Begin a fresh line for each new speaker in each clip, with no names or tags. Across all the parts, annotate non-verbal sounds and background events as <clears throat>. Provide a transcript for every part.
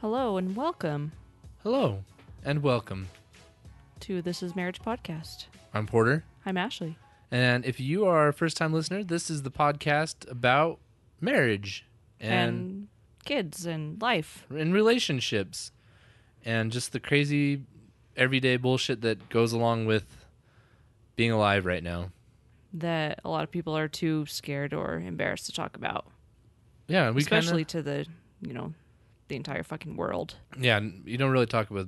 Hello and welcome
Hello and welcome.
to This Is Marriage Podcast.
I'm Porter.
I'm Ashley.
And if you are a first time listener, this is the podcast about marriage and,
kids and life.
and relationships and just the crazy everyday bullshit that goes along with being alive right now.
That a lot of people are too scared or embarrassed to talk about.
Yeah, we
especially
kind
to the you know, the entire fucking world.
of Yeah, n- you don't really talk about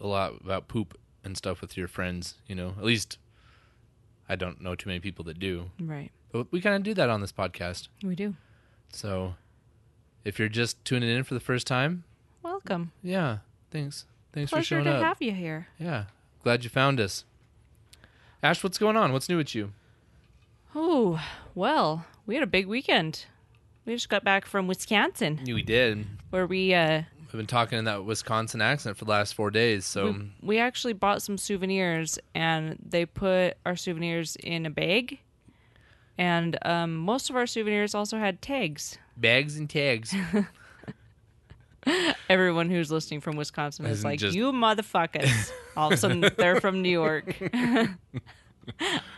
a lot about poop and stuff with your friends, you know. At least I don't know too many people that do.
Right.
But we kind of do that on this podcast.
We do.
So if you're just tuning in for the first time,
Welcome.
Yeah. Thanks. Thanks for
Pleasure
showing
to
up.
have you here.
yeah. Glad you found us. Ash, what's going on? What's new with you?
Oh, well, we had a big weekend. We just got back from Wisconsin
We did.
where we uh
I've been talking in that Wisconsin accent for the last four days, so
we, we actually bought some souvenirs and they put our souvenirs in a bag and um, most of our souvenirs also had tags
bags and
<laughs>
tags.
everyone who's listening from wisconsin is
Isn't
like
just-
you motherfuckers all of a sudden they're from new york <laughs>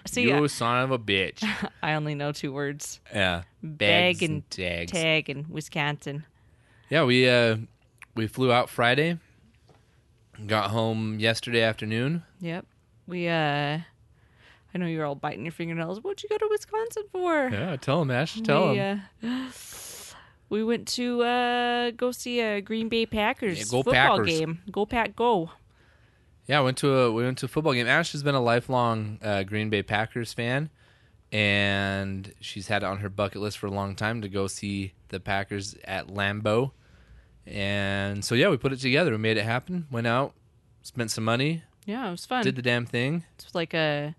see
you son of
<laughs>
a bitch.
i only know two words
Yeah.
bag
Bags
and
tags.
tag and wisconsin
yeah, we uh we flew out Friday. Got home yesterday afternoon.
yep we uh i know you're all biting your fingernails what'd you go to wisconsin for
Yeah, tell him, Ash.
we, uh, <gasps> we went to uh, go see a Green Bay Packers
Yeah, go
football
Packers.
game. Go Pack, go!
Yeah, I went to a we went to a football game. Ash has been a lifelong uh, Green Bay Packers fan, and she's had it on her bucket list for a long time to go see the Packers at Lambeau. And so yeah, we put it together. We made it happen. Went out, spent some money,
Yeah, it was fun.
did the damn thing.
It's like a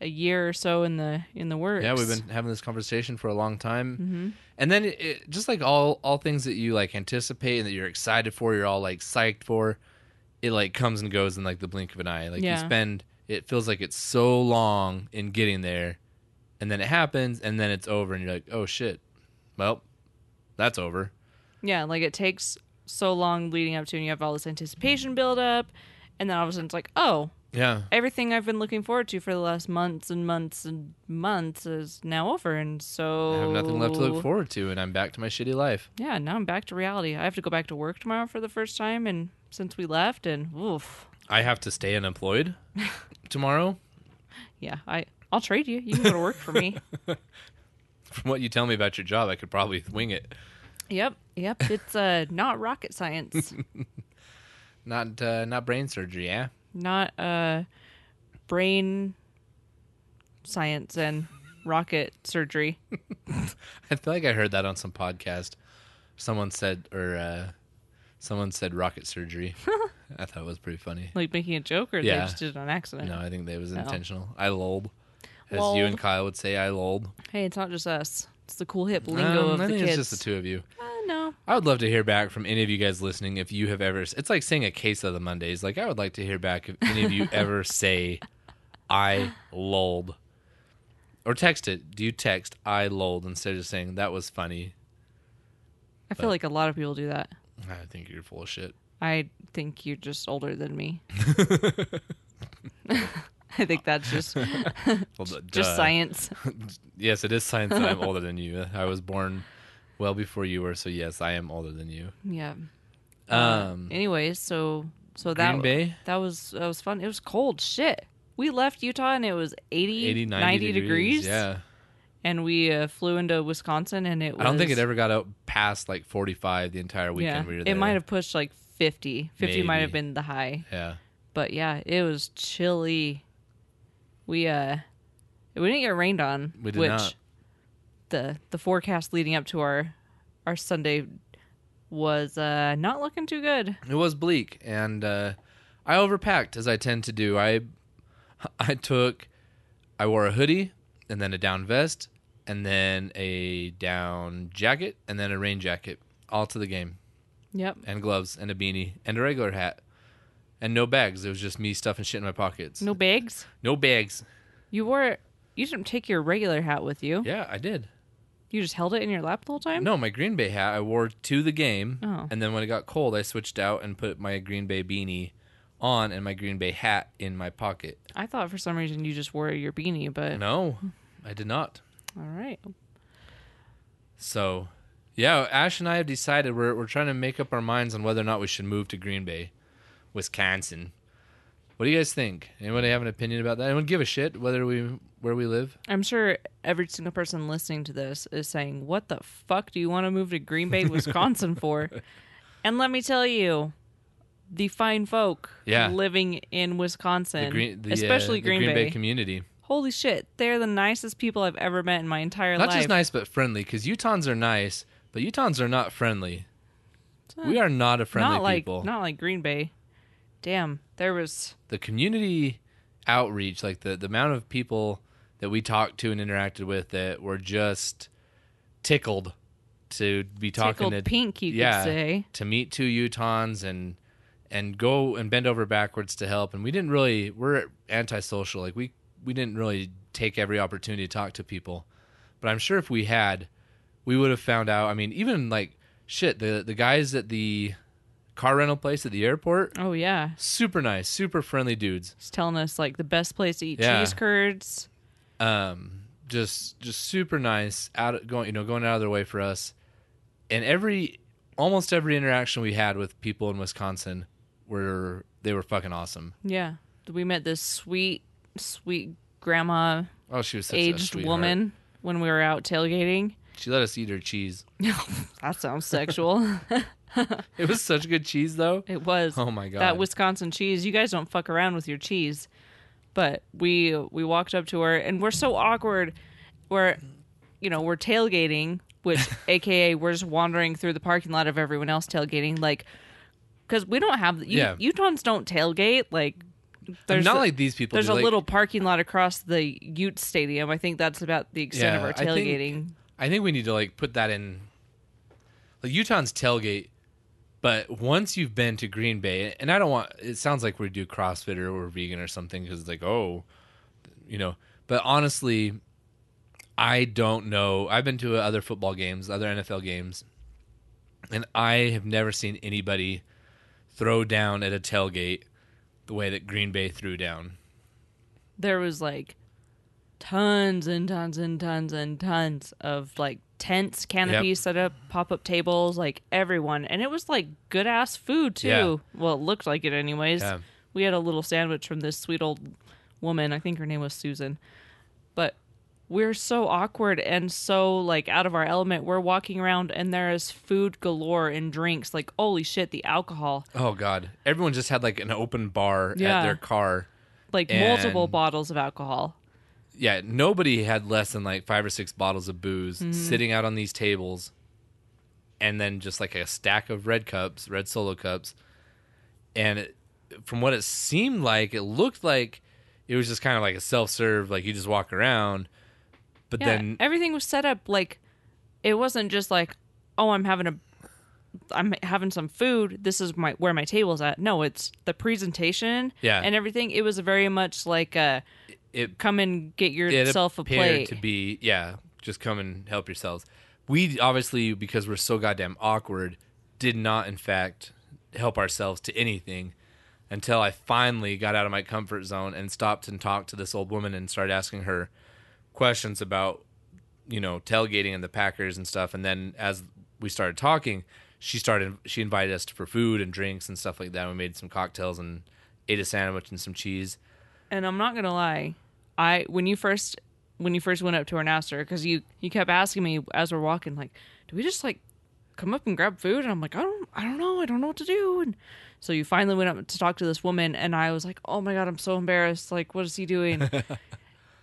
a year or so in the in the works.
Yeah, we've been having this conversation for a long time, and then it, it, just like all all things that you like anticipate and that you're excited for, you're all like psyched for, it like comes and goes in like the blink of an eye. Like
Yeah.
you spend, it feels like it's so long in getting there, and then it happens, and then it's over, and you're like, oh shit, well, that's over.
Yeah, like it takes so long leading up to, and you have all this anticipation build up, and then all of a sudden it's like, oh,
Yeah,
everything I've been looking forward to for the last months and months and months is now over, and so
I have nothing left to
Oh.
look forward to, and I'm back to my shitty life.
Yeah, now I'm back to reality. I have to go back to work tomorrow for the first time, and since we left, and oof.
I have to stay unemployed tomorrow.
Yeah, I I'll trade you. You can go to work for
<laughs>
me.
From what you tell me about your job, I could probably wing it.
yep, yep. It's uh not rocket
<laughs>
science,
Not uh, not brain surgery, yeah.
not uh brain science and rocket surgery.
I feel like I heard that on some podcast. Someone said, or uh, someone said
<laughs>
rocket surgery. I thought it was pretty funny.
Like making a joke, or they
Yeah.
just did it on accident.
No, I think that was
Oh.
intentional. I lolled, as you
Lolled.
and Kyle would say. I lolled.
Hey, it's not just us. It's the cool hip lingo
Um,
of
I
the
think
kids.
it's just the two of you.
uh, no,
I would love to hear back from any of you guys listening if you have ever. It's like saying a case of the Mondays. Like I would like to hear back if any
<laughs>
of you ever say, "I lolled," or text it. Do you text "I lolled" instead of just saying that was funny?
I feel like a lot of people do that.
I think you're full of shit.
I think you're just older than me.
<laughs>
<laughs> I think that's just
Well, d-
just
duh.
science. <laughs>
Yes, it is science that I'm older than you. I was born well before you were, so yes, I am older than you.
Yeah. Uh,
Um,
Anyways, so so that
Green Bay,
that was that was fun. It was cold shit. We left Utah and it was 80,
80, 90, degrees. Yeah,
And we uh, flew into Wisconsin and it was
I don't think it ever got out past like 45 the entire
yeah,
weekend. we were there.
It might have pushed like 50. 50 might have
Maybe.
been the high.
Yeah,
But yeah, it was chilly. We uh we didn't get rained on,
We did
which
not.
the the forecast leading up to our our Sunday was uh not looking too good.
it was bleak, and uh, I overpacked as I tend to do. I <laughs> I took, I wore a hoodie and then a down vest and then a down jacket and then a rain jacket all to the game.
Yep.
and gloves and a beanie and a regular hat and no bags. It was just me stuffing shit in my pockets.
No bags.
no bags.
You wore you didn't take your regular hat with you.
Yeah, I did.
You just held it in your lap the whole time?
No, my Green Bay hat I wore to the game,
Oh.
and then when it got cold, I switched out and put my Green Bay beanie on and my Green Bay hat in my pocket.
I thought for some reason you just wore your beanie, but
No, I did not.
all right.
So, yeah, Ash and I have decided we're we're trying to make up our minds on whether or not we should move to Green Bay, Wisconsin. What do you guys think? Anybody have an opinion about that? Anyone give a shit whether we where we live?
I'm sure every single person listening to this is saying, What the fuck do you want to move to Green
<laughs>
Bay, Wisconsin for? And let me tell you, the fine folk
Yeah.
living in Wisconsin,
The Green, the, uh,
especially
the
Green, Bay,
community.
holy shit, they're the nicest people I've ever met in my entire
Not
life.
just nice, but friendly. Because Utahns are nice, but Utahns are not friendly. We are not a friendly
not like,
people.
Not like Green Bay. Damn, there was.
the community outreach, like the, the amount of people that we talked to and interacted with that were just tickled to be talking
Tickled
to
pink, you could say.
to meet two Utahns and and go and bend over backwards to help. And we didn't really we're antisocial, like we we didn't really take every opportunity to talk to people. But I'm sure if we had, we would have found out. I mean, even like shit, the the guys at the car rental place at the airport,
Oh, yeah.
super nice, super friendly dudes.
He's telling us like the best place to eat
Yeah.
cheese curds.
um, just just super nice out going you know going out of their way for us and every almost every interaction we had with people in wisconsin were they were fucking awesome
Yeah. We met this sweet, sweet grandma
oh she was such a
aged
sweetheart.
woman when we were out tailgating. <laughs>
she let us eat her cheese
that sounds sexual.
it was such good cheese though
it was.
Oh my God.
That Wisconsin cheese. You guys don't fuck around with your cheese. But we we walked up to her and we're so awkward. We're you know, we're tailgating,
<laughs>
which aka we're just wandering through the parking lot of everyone else tailgating like cuz we don't have you,
Yeah.
Utahns don't tailgate like
I mean,
there's
not
a-
like these people
There's a
do, like-
little parking lot across the Ute Stadium. I think that's about the extent of
Yeah,
our
I think-
tailgating.
i think we need to like put that in like utahns tailgate but once you've been to green bay and i don't want it sounds like we do crossfit or we're vegan or something because it's like oh you know. But honestly, I don't know. I've been to other football games, other NFL games, and I have never seen anybody throw down at a tailgate the way that Green Bay threw down.
there was like tons and tons and tons and tons of like tents, canopies set up, pop up tables, like everyone. And it was like good ass food too.
Yeah.
Well, it looked like it anyways.
Yeah.
We had a little sandwich from this sweet old woman. I think her name was Susan. But we're so awkward and so like out of our element. We're walking around and there is food galore and drinks. Like holy shit, the alcohol.
Oh God! Everyone just had like an open bar at
Yeah.
their car.
Like multiple
And-
bottles of alcohol.
Yeah, nobody had less than like five or six bottles of booze sitting out on these tables, and then just like a stack of red cups, red solo cups, and it, from what it seemed like, it looked like it was just kind of like a self serve, like you just walk around, but
Yeah, e
then
everything was set up like it wasn't just like, oh, I'm having a, I'm having some food. This is my where my table's at. No, it's the presentation,
Yeah.
and everything. It was very much like a
it
come and get
it
yourself a
appeared
plate.
to be yeah, just come and help yourselves. We obviously because we're so goddamn awkward, did not in fact help ourselves to anything until I finally got out of my comfort zone and stopped and talked to this old woman and started asking her questions about you know tailgating and the Packers and stuff. And then as we started talking, she started she invited us for food and drinks and stuff like that. We made some cocktails and ate a sandwich and some cheese.
and I'm not gonna lie, I when you first when you first went up to our Napster because you you kept asking me as we're walking like, do we just like come up and grab food? And I'm like, I don't I don't know, I don't know what to do. And so you finally went up to talk to this woman, and I was like, oh my god, I'm so embarrassed. Like, what is he
<laughs>
doing?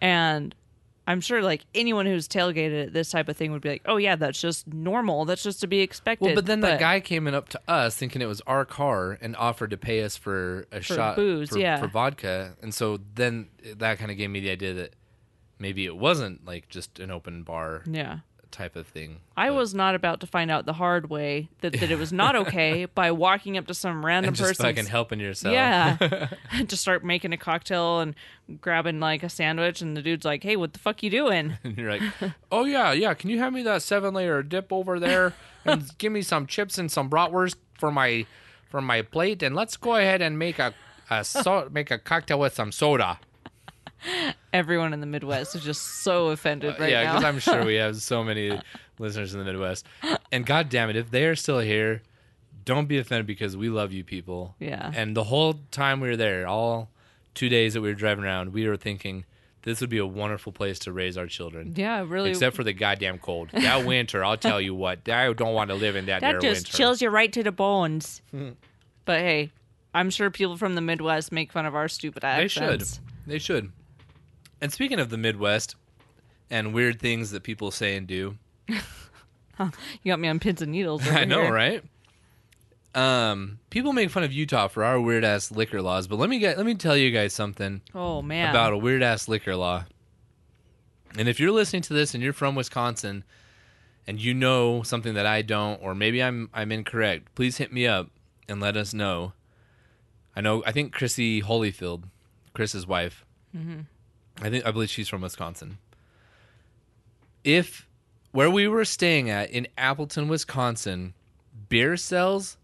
and I'm sure like anyone who's tailgated at this type of thing would be like, oh yeah, that's just normal. That's just to be expected.
Well, but then that guy came in up to us thinking it was our car and offered to pay us for a shot
booze,
for,
yeah.
for vodka, and so then that kind of gave me the idea that maybe it wasn't like just an open bar
yeah.
type of thing.
I
But-
was not about to find out the hard way that, that it was not okay by walking up to some random
<laughs> and just
person.
fucking helping yourself.
Yeah. <laughs> to start making a cocktail and grabbing like a sandwich and the dude's like, "Hey, what the fuck you doing?"
<laughs> <laughs> and you're like, oh yeah, yeah. Can you have me that seven layer dip over there, and <laughs> give me some chips and some bratwurst for my for my plate, and let's go ahead and make a a so- make a cocktail with some soda.
Everyone in the Midwest is just so offended right
Uh, yeah,
now.
because I'm sure we have so many listeners in the Midwest, and God damn it, if they are still here, don't be offended because we love you people.
Yeah.
And the whole time we were there, all two days that we were driving around, we were thinking this would be a wonderful place to raise our children.
<laughs> yeah, really.
Except for the goddamn cold.
<laughs>
That winter, I'll tell you what, I don't want to live in that,
that
near
just
winter.
chills you right to the bones.
Hmm.
but hey, I'm sure people from the Midwest make fun of our stupid
They
accents.
should. They should. And speaking of the Midwest and weird things that people say and do,
You got me on pins and needles.
<laughs> I
over
know,
here.
right? Um, people make fun of Utah for our weird ass liquor laws, but let me get let me tell you guys something
Oh man.
about a weird ass liquor law. And if you're listening to this and you're from Wisconsin and you know something that I don't, or maybe I'm I'm incorrect, please hit me up and let us know. I know I think Chrissy Holyfield, Chris's wife, I think I believe she's from Wisconsin. If where we were staying at in Appleton, Wisconsin, beer sales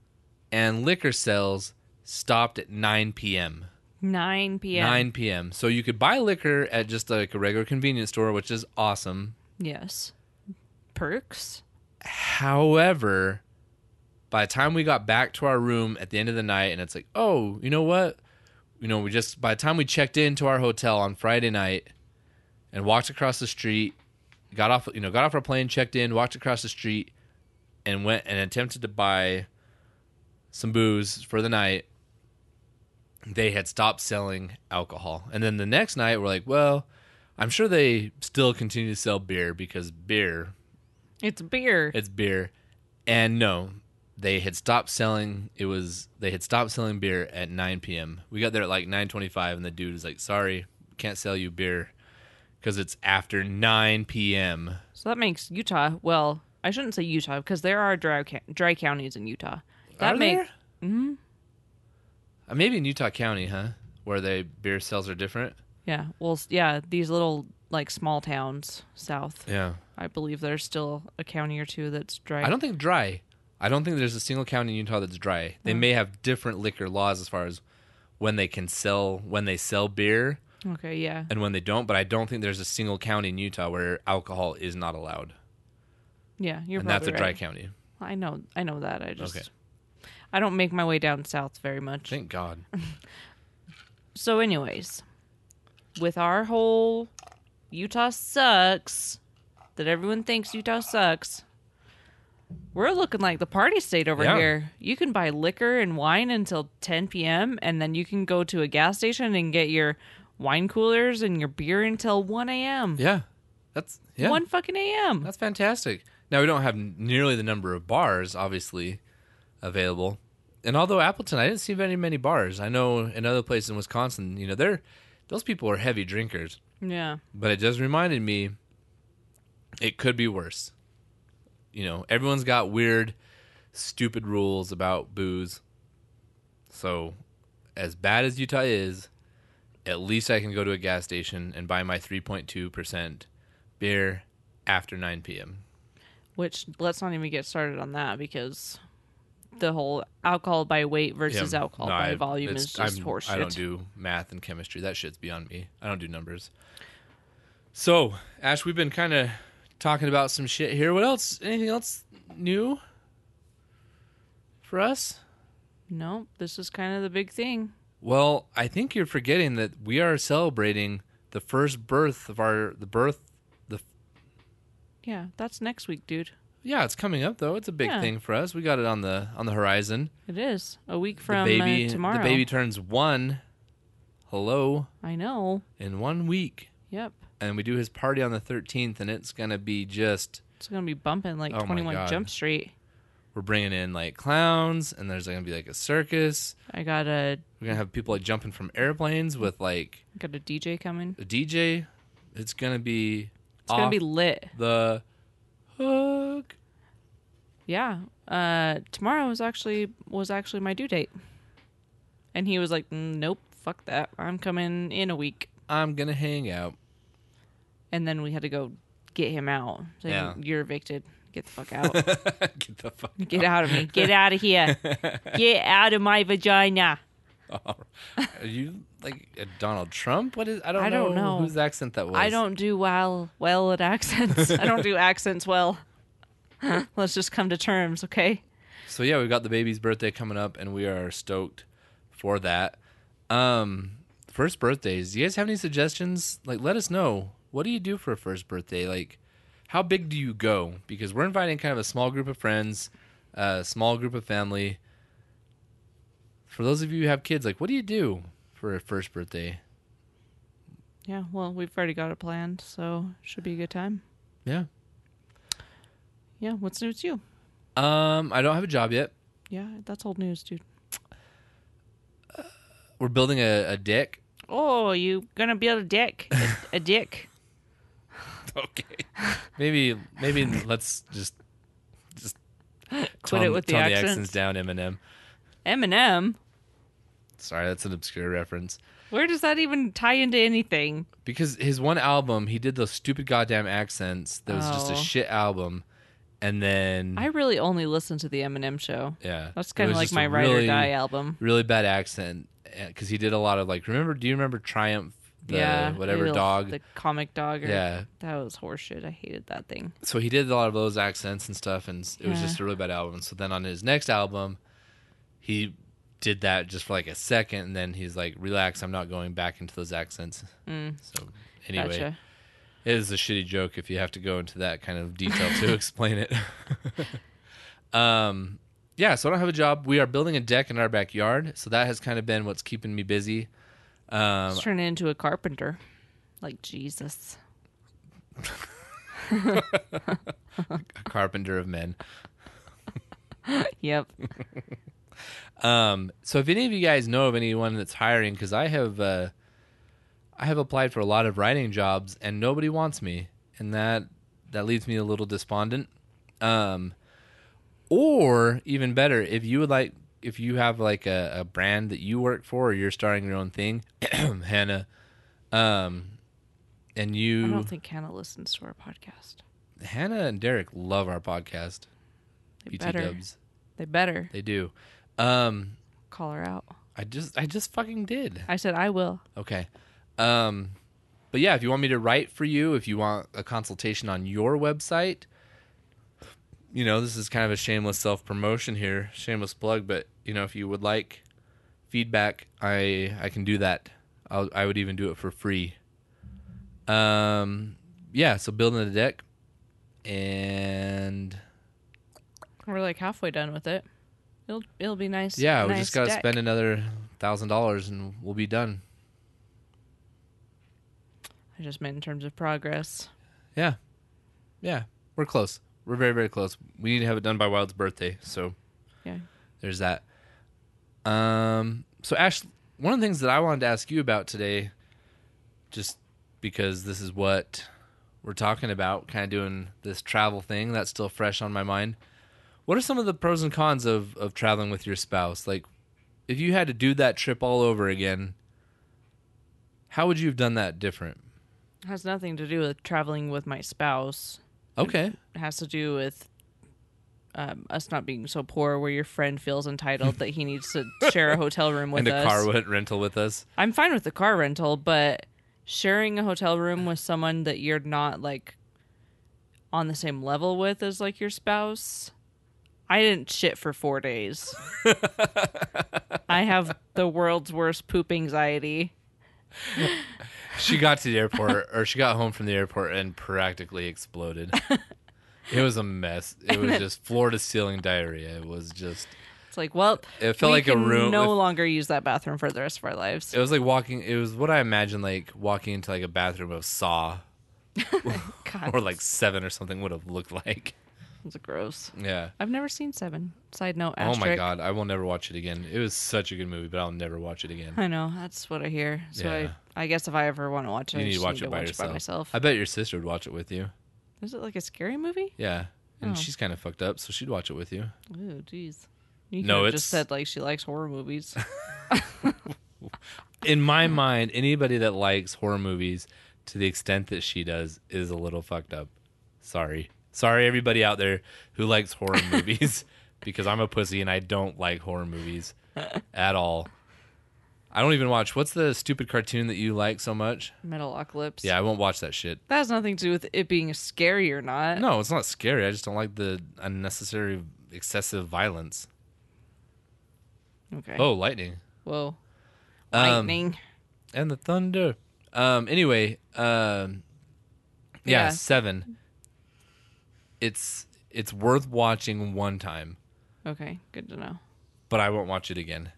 and liquor sales stopped at 9 p.m.
9 p.m.
9 p.m. So you could buy liquor at just like a regular convenience store, which is awesome.
Yes. Perks.
However, by the time we got back to our room at the end of the night, and it's like, oh, you know what? You know, we just, by the time we checked into our hotel on Friday night and walked across the street, got off, you know, got off our plane, checked in, walked across the street, and went and attempted to buy some booze for the night. They had stopped selling alcohol. And then the next night, we're like, well, I'm sure they still continue to sell beer because beer
It's beer.
it's beer. And no, they had stopped selling. It was they had stopped selling beer at 9 p.m. We got there at like 9:25, and the dude was like, "Sorry, can't sell you beer because it's after 9 p.m."
So that makes Utah. Well, I shouldn't say Utah because there are dry ca- dry counties in Utah. That
Are
make Mm-hmm.
there? Uh, Maybe in Utah County, huh? Where they beer sales are different.
yeah. Well, s- yeah. These little like small towns south.
Yeah,
I believe there's still a county or two that's dry.
I don't think dry. I don't think there's a single county in Utah that's dry.
Mm.
They may have different liquor laws as far as when they can sell when they sell beer.
Okay. Yeah.
and when they don't, but I don't think there's a single county in Utah where alcohol is not allowed.
Yeah. You're
and that's
probably
a dry
right.
county.
I know. I know that. I just.
Okay.
I don't make my way down south very much. <laughs>
Thank God.
So, anyways, with our whole Utah sucks that everyone thinks Utah sucks, we're looking like the party state over
Yeah.
here. You can buy liquor and wine until 10 p.m., and then you can go to a gas station and get your wine coolers and your beer until 1 a.m.
Yeah. That's yeah.
1 fucking a.m.
That's fantastic. Now we don't have nearly the number of bars obviously available. And although Appleton, I didn't see very many bars. I know in other places in Wisconsin, you know, they're those people are heavy drinkers.
Yeah.
But it just reminded me it could be worse. You know, everyone's got weird, stupid rules about booze. So, as bad as Utah is, at least I can go to a gas station and buy my 3.2% beer after 9 p.m.
Which let's not even get started on that because the whole alcohol by weight versus
Yeah,
alcohol
no,
by
I-
volume is
it's-
just
I'm-
horseshit.
I don't do math and chemistry. That shit's beyond me. I don't do numbers. So, Ash, we've been kind of talking about some shit here. What else? Anything else new for us?
No, this is kind of the big thing.
Well, I think you're forgetting that we are celebrating the first birth of our the birth the
Yeah, that's next week, dude.
yeah, it's coming up though. It's a big
Yeah.
thing for us. We got it on the on the horizon.
It is a week from
the baby
uh, tomorrow.
the baby turns 1. Hello
I know.
in 1 week.
Yep,
and we do his party on the 13th and it's going to be just
it's gonna be bumping like
Oh my
21
God.
Jump Street.
we're bringing in like clowns and there's going to be like a circus
I got a
we're going to have people like jumping from airplanes with like
got a DJ coming.
a dj it's going to be
It's gonna be lit.
the fuck?
Yeah. Uh, tomorrow was actually was actually my due date, and he was like, "Mm, "Nope, fuck that. I'm coming in a week."
I'm gonna hang out. <laughs>
And then we had to go get him out. So
Yeah.
you're evicted. Get the fuck out.
<laughs> Get the fuck.
Get out of me. Get out of
<laughs>
here. Get out of my vagina.
Are you like a Donald Trump? What is? I don't,
I
know,
don't know.
whose accent that was.
I don't do well well at accents. I don't <laughs> do accents well. Let's just come to terms, okay?
So yeah, we've got the baby's birthday coming up, and we are stoked for that. Um, first birthdays. Do you guys have any suggestions? Like, let us know. What do you do for a first birthday? Like, how big do you go? Because we're inviting kind of a small group of friends, a small group of family. For those of you who have kids, like, what do you do for a first birthday?
Yeah, well, we've already got it planned, so should be a good time.
Yeah.
Yeah, what's new to you?
Um, I don't have a job yet.
Yeah, that's old news, dude.
We're building a, a deck.
Oh, you gonna build a dick? A, a <laughs> dick?
Okay. maybe maybe let's just just
Quit it
tone-
with the
tone
accents.
down, Eminem.
Eminem?
Sorry, that's an obscure reference.
Where does that even tie into anything?
Because his one album, he did those stupid goddamn accents. That was just a
Oh.
shit album, and then
I really only listen to the Eminem show.
yeah,
That's
it
kind of
was
like
just
my
a
ride
really,
or die album.
Really bad accent because he did a lot of like. Remember? Do you remember Triumph? The
yeah,
whatever
the-
dog.
the comic dog. Or,
yeah,
that was horseshit. I hated that thing.
so he did a lot of those accents and stuff, and it was
Yeah.
just a really bad album. So then on his next album, he did that just for like a second, and then he's like, "Relax, I'm not going back into those accents." So anyway,
Mm. Gotcha.
it is a shitty joke if you have to go into that kind of detail
<laughs>
to explain it. <laughs> um, yeah, so I don't have a job. We are building a deck in our backyard, so that has kind of been what's keeping me busy. Um,
Just turn it into a carpenter, like Jesus.
a carpenter of men.
Yep.
Um, so if any of you guys know of anyone that's hiring, because I have, uh, I have applied for a lot of writing jobs and nobody wants me, and that that leaves me a little despondent. Um, or even better, if you would like, if you have like a, a brand that you work for, or you're starting your own thing, <clears throat> Hannah, um, and
I
you,
don't think Hannah listens to our podcast.
Hannah and Derek love our podcast,
They
BT
better.
Dubs,
They better
they do. Um,
call her out.
I just, I just fucking did.
I said I will.
Okay. Um, but yeah, if you want me to write for you, if you want a consultation on your website, you know, this is kind of a shameless self promotion here, shameless plug. But you know, if you would like feedback, I I can do that. I'll, I would even do it for free. Um, yeah. So building a deck, and
We're like halfway done with it. It'll it'll be nice.
yeah, we
nice
just gotta
deck.
spend another thousand dollars, and we'll be done.
I just meant in terms of progress.
Yeah. Yeah. We're close. We're very, very close. We need to have it done by Wild's birthday. So
Yeah.
there's that. Um, so, Ash, one of the things that I wanted to ask you about today, just because this is what we're talking about, kind of doing this travel thing that's still fresh on my mind. What are some of the pros and cons of, of traveling with your spouse? Like, if you had to do that trip all over again, how would you have done that different?
It has nothing to do with traveling with my spouse.
Okay.
It has to do with um, us not being so poor where your friend feels entitled that he needs to share a hotel room with
and a
us.
car wi- <laughs> rental with us.
I'm fine with the car rental, but sharing a hotel room with someone that you're not like on the same level with as like your spouse. I didn't shit for four
<laughs>
days. I have the world's worst poop anxiety.
she got to the airport <laughs> or she got home from the airport and practically
<laughs>
exploded. it was a mess. It was just floor to ceiling diarrhea. It was just
It's like, well,
It felt
we
like a
can
room
No
with-
longer use that bathroom for the rest of our lives.
it was like walking it was what I imagine like walking into like a bathroom of Saw
God,
or like Seven or something would have looked like.
it's gross.
Yeah.
I've never seen Seven. Side note,
Oh
asterisk.
my god, I will never watch it again. It was such a good movie, but I'll never watch it again.
I know that's what I hear. So
Yeah.
I, I guess if I ever want to watch it,
You
I
need to
just
watch
need
it
to
by
watch it
yourself.
by myself.
I bet your sister would watch it with you.
Is it like a scary movie?
Yeah. And
Oh.
she's kind of fucked up, so she'd watch it with you.
Ooh, jeez. You
No,
could've
it's-
just said like she likes horror
<laughs>
movies.
In my mind, anybody that likes horror movies to the extent that she does is a little fucked up. Sorry. Sorry, everybody out there who likes horror movies because I'm a pussy and I don't like horror movies at all. I don't even watch. What's the stupid cartoon that you like so much?
Metalocalypse.
Yeah, I won't watch that shit.
That has nothing to do with it being scary or not.
No, it's not scary. I just don't like the unnecessary, excessive violence.
Okay.
Oh, lightning.
Whoa.
Um,
Lightning.
and the thunder. Um. Anyway. Um. Yeah,
Yeah.
Seven. It's it's worth watching one time,
okay. Good to know.
but I won't watch it again.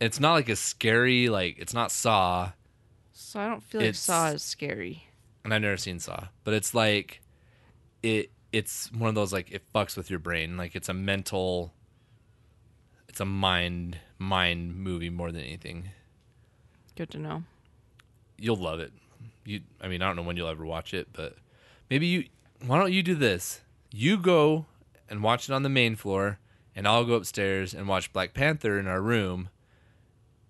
It's not like a scary like it's not Saw,
So I don't feel like
It's-
Saw is scary.
and I've never seen Saw, but it's like it it's one of those like it fucks with your brain, like it's a mental, it's a mind mind movie more than anything.
Good to know. <laughs>
you'll love it. You, I mean, I don't know when you'll ever watch it, but maybe you. Why don't you do this? You go and watch it on the main floor, and I'll go upstairs and watch Black Panther in our room,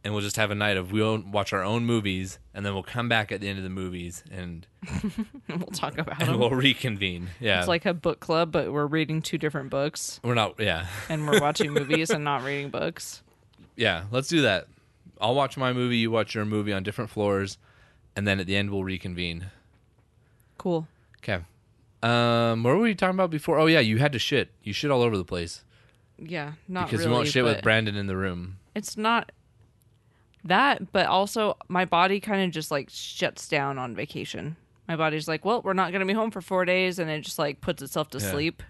and we'll just have a night of we'll watch our own movies, and then we'll come back at the end of the movies and,
we'll talk about
and
them.
we'll reconvene. Yeah,
Uh-huh. It's like a book club, but we're reading two different books
we're not. Yeah,
and we're watching movies and not reading books.
yeah. Let's do that. I'll watch my movie. You watch your movie on different floors, and then at the end we'll reconvene.
Cool.
Okay. Um, what were we talking about before? Oh yeah, you had to shit. You shit all over the place
Yeah, not
because
really.
you won't shit with
but
Brandon in the room.
It's not that, but also my body kind of just like shuts down on vacation. My body's like, well, we're not going to be home for four days, and it just like puts itself to
Yeah.
sleep.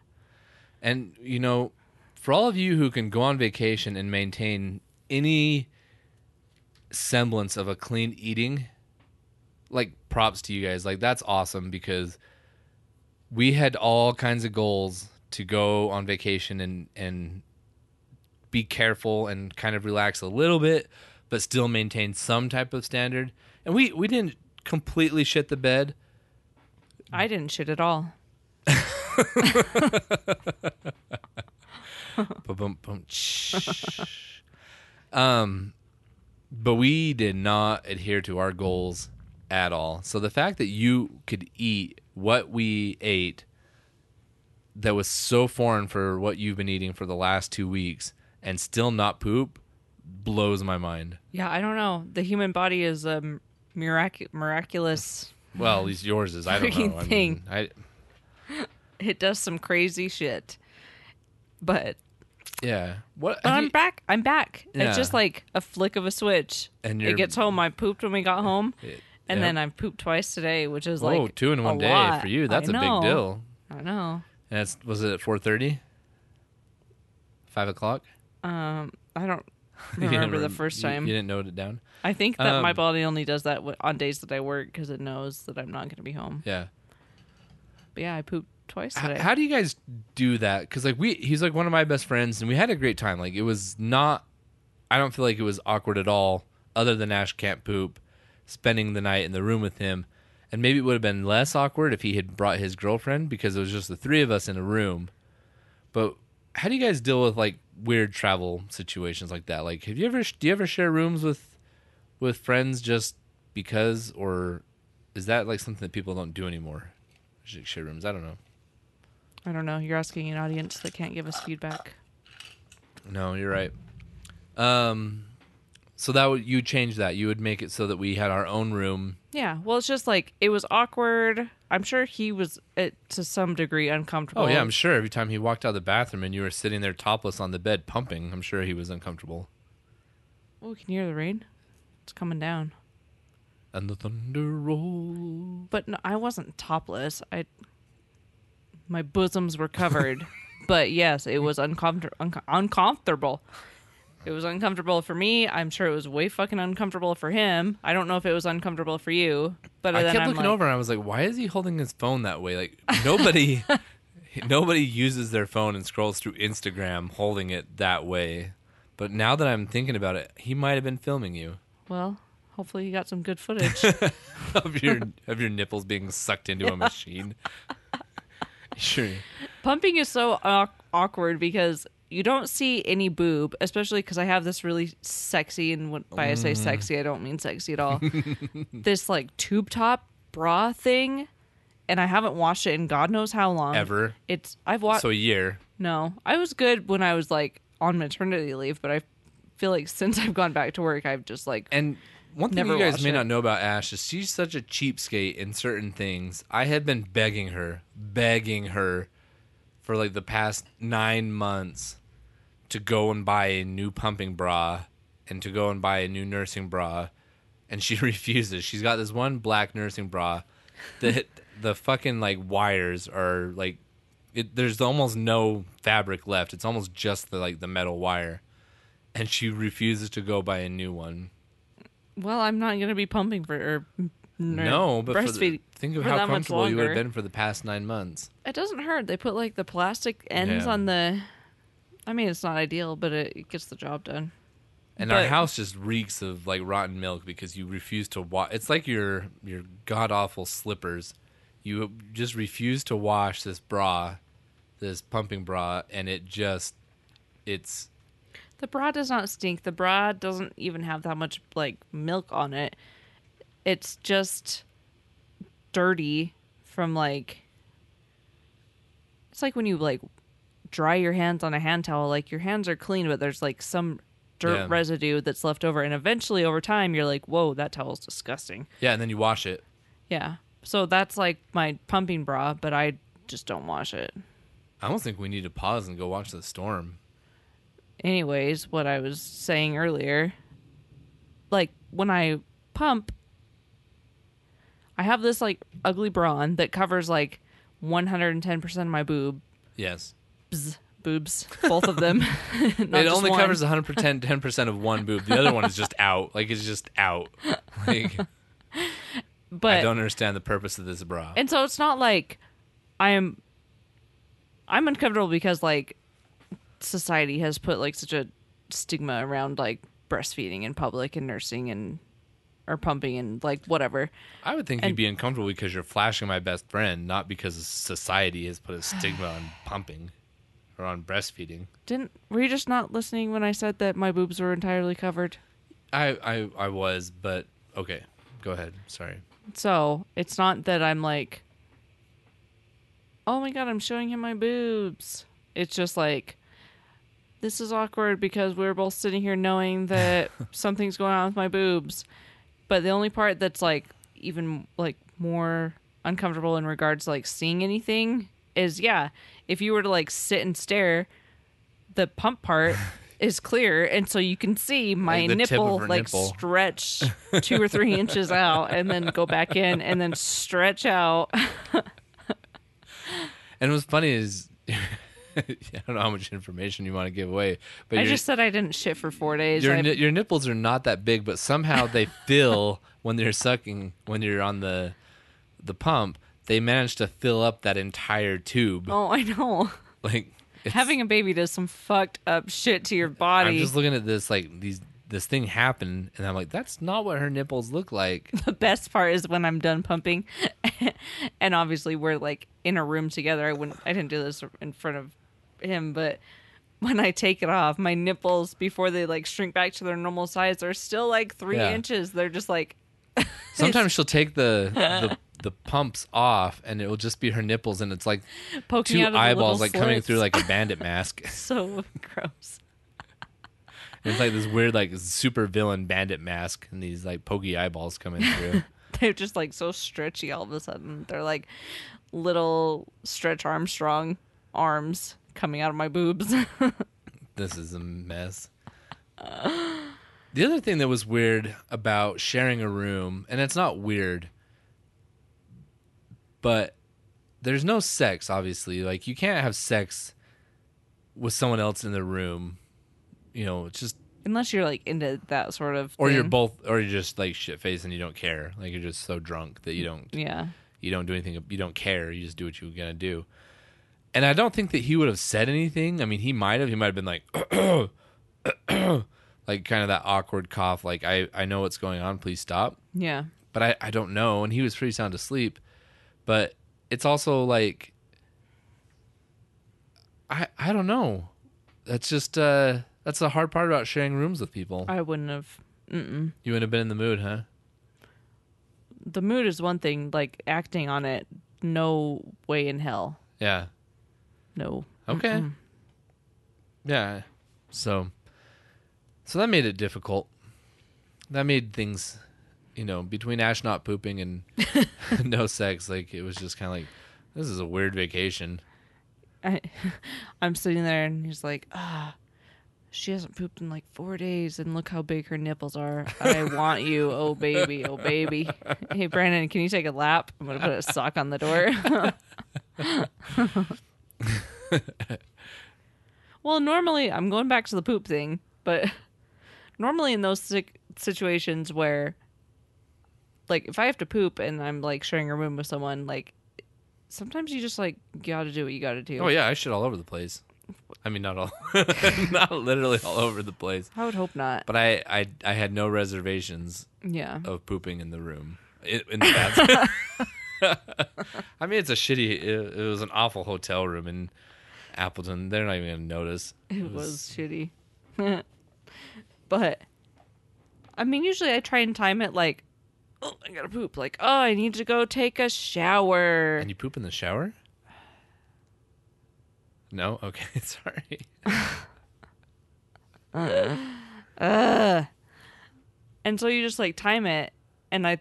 And you know, for all of you who can go on vacation and maintain any semblance of a clean eating, like props to you guys. Like that's awesome because we had all kinds of goals to go on vacation and and be careful and kind of relax a little bit, but still maintain some type of standard. And we we didn't completely shit the bed. Mm.
I didn't shit at all.
Boom, boom, boom. Shh. um, but we did not adhere to our goals at all. So the fact that you could eat what we ate that was so foreign for what you've been eating for the last two weeks and still not poop blows my mind.
Yeah, I don't know. The human body is a m- miracu- miraculous.
Well, at least yours is. I don't
Freaking
know.
thing.
I mean,
It does some crazy shit, but
I yeah. What?
But
have
I'm
you-
back. I'm back.
Yeah.
It's just like a flick of a switch.
And you're-
it gets home. I pooped when we got home, and
yep.
then I pooped twice today, which is
Whoa,
like
oh, two in
a
one day
lot.
for you.
I
That's a
know.
big deal.
I know.
And it's was it at four thirty? Five o'clock.
Um, I don't
<laughs> You didn't
remember the
rem-
first
you-
time.
You, didn't note it down.
I think that my
Um,
body only does that w- on days that I work because it knows that I'm not going to be home.
Yeah.
But yeah, I pooped twice
H-
today.
how do you guys do that? Because like we, he's like one of my best friends, and we had a great time. Like it was not. I don't feel like it was awkward at all. Other than Ash can't poop, spending the night in the room with him, and maybe it would have been less awkward if he had brought his girlfriend because it was just the three of us in a room. But how do you guys deal with like weird travel situations like that? Like, have you ever do you ever share rooms with with friends just because, or is that like something that people don't do anymore? Just Share rooms. I don't know.
I don't know. You're asking an audience that can't give us feedback.
No, you're right. Um, so that would you change that? You would make it so that we had our own room.
Yeah. Well, it's just like it was awkward. I'm sure he was it, to some degree uncomfortable.
Oh yeah, I'm sure. Every time he walked out of the bathroom and you were sitting there topless on the bed pumping, I'm sure he was uncomfortable.
Oh, we can hear the rain. It's coming down.
And the thunder roll.
But no, I wasn't topless. I my bosoms were
<laughs>
covered. but yes, it was uncomfortable. Unco- uncomfortable. It was uncomfortable for me. I'm sure it was way fucking uncomfortable for him. I don't know if it was uncomfortable for you, but
I
then
kept
I'm
looking
like,
over and I was like, why is he holding his phone that way? Like
<laughs>
nobody, nobody uses their phone and scrolls through Instagram holding it that way. But now that I'm thinking about it, he might have been filming you <laughs>
well, hopefully you got some good footage. <laughs>
of your of your nipples being sucked into a machine. <laughs> Sure.
Pumping is so awk- awkward because you don't see any boob, especially because I have this really sexy, and when, by I say
Mm.
sexy, I don't mean sexy at
<laughs>
all. this like tube top bra thing, and I haven't watched it in God knows how long.
Ever.
It's I've watched.
So a year.
no, I was good when I was like on maternity leave, but I feel like since I've gone back to work, I've just like
And one thing
Never
you guys
watched
may
it.
not know about Ash is she's such a cheapskate in certain things. I had been begging her, begging her for like the past nine months to go and buy a new pumping bra and to go and buy a new nursing bra. And she <laughs> refuses. She's got this one black nursing bra that <laughs> the fucking like wires are like, it, there's almost no fabric left. It's almost just the like the metal wire. And she refuses to go buy a new one.
well, I'm not gonna be pumping for or n-
No, but for the,
breastfeed
think of
for
how
that much
comfortable you would have
longer.
been for the past nine months.
It doesn't hurt. They put like the plastic ends
Yeah.
on the. I mean, it's not ideal, but it, it gets the job done.
And our
But-
house just reeks of like rotten milk because you refuse to wash. It's like your your god awful slippers. You just refuse to wash this bra, this pumping bra, and it just it's
The bra does not stink. The bra doesn't even have that much like milk on it. It's just dirty from like. It's like when you like dry your hands on a hand towel. Like your hands are clean, but there's like some dirt
Yeah.
residue that's left over, and eventually over time you're like, "Whoa, that towel's disgusting."
yeah. And then you wash it.
Yeah. So that's like my pumping bra, but I just don't wash it.
I almost think we need to pause and go watch the storm.
Anyways, what I was saying earlier, like when I pump, I have this like ugly bra on that covers like 110% of my boob,
Yes,
bs, boobs, both of them. <laughs> Not
it
just
only
one.
covers 110 percent of one boob. The other one is just out. Like it's just
<laughs>
out. Like I
but
don't understand the purpose of this bra.
and so it's not like i'm i'm uncomfortable because like society has put like such a stigma around like breastfeeding in public and nursing and or pumping and like whatever
I would think you'd be uncomfortable because you're flashing my best friend, not because society has put a stigma on pumping or on breastfeeding.
didn't were you just not listening when i said that my boobs were entirely covered
I, I, I was, but okay. Go ahead. Sorry.
so it's not that i'm like oh my god i'm showing him my boobs it's just like this is awkward because we're both sitting here knowing
<laughs>
that something's going on with my boobs but the only part that's like even like more uncomfortable in regards to like seeing anything is yeah if you were to like sit and stare the pump
<laughs>
part is clear and so you can see my
Like the tip of
nipple
her
like
nipple. <laughs>
stretch two or three inches out and then go back in and then stretch out
And what's funny is, <laughs> I don't know how much information you want to give away, but
i
your,
just said i didn't shit for four days
your,
I-
ni- your nipples are not that big, but somehow they fill when they're sucking, when you're on the, the pump, they manage to fill up that entire tube.
<laughs> oh i know
Like, it's-
having a baby does some fucked up shit to your body
I'm just looking at this like these this thing happened, and I'm like, that's not what her nipples look like.
the best part is when I'm done pumping, <laughs> and obviously we're like in a room together. I wouldn't, I didn't do this in front of him, but when I take it off, my nipples before they like shrink back to their normal size are still like three
Yeah.
inches. They're just like
Sometimes she'll take the the, the pumps off, and it will just be her nipples, and it's like
poking
two
out of the little
eyeballs like coming
slits.
through like a bandit mask.
<laughs>
<laughs>
so gross.
it's like this weird like super villain bandit mask, and these like pokey eyeballs coming through.
<laughs> They're just like so stretchy all of a sudden. They're like little stretch Armstrong arms coming out of my boobs. <laughs>
this is a mess. The other thing that was weird about sharing a room, and it's not weird, but there's no sex, obviously. Like, you can't have sex with someone else in the room. You know, it's just,
Unless you're like into that sort of
or you're
thing.
both, or you're just like shit faced and you don't care. Like, you're just so drunk that you don't
yeah.
you don't do anything you don't care you just do what you were gonna do and i don't think that he would have said anything i mean he might have he might have been like <coughs> like kind of that awkward cough like i i know what's going on please stop
Yeah.
but i i don't know and he was pretty sound asleep but it's also like I I don't know. That's just uh that's the hard part about sharing rooms with people.
I wouldn't have. Mm-mm.
You wouldn't have been in the mood, huh?
The mood is one thing. Like acting on it, no way in hell.
Yeah.
No.
Okay. Yeah. So so that made it difficult. That made things, you know, between Ash not pooping and <laughs> no sex, like it was just kind of like this is a weird vacation.
I, <laughs> I'm sitting there and he's like, ah, she hasn't pooped in like four days, and look how big her nipples are. I want
<laughs>
you, oh baby, oh baby. Hey Brandon, can you take a lap? I'm gonna put a sock on the door.
<laughs>
well, normally I'm going back to the poop thing, but normally in those si- situations where, like, if I have to poop and I'm like sharing a room with someone, like, sometimes you just like gotta do what you gotta do.
Oh yeah, I shit all over the place. I mean, not all, <laughs> not literally all over the place,
I would hope not.
but I I I had no reservations
Yeah.
of pooping in the room in, in the bathroom.
<laughs>
<laughs> I mean, it's a shitty. It, it was an awful hotel room in Appleton. They're not even gonna notice.
It was shitty. <laughs> but I mean, usually I try and time it like, oh, I gotta poop. Like, oh, I need to go take a shower.
And you poop in the shower? No. Okay. <laughs> Sorry.
And so you just like time it. And I,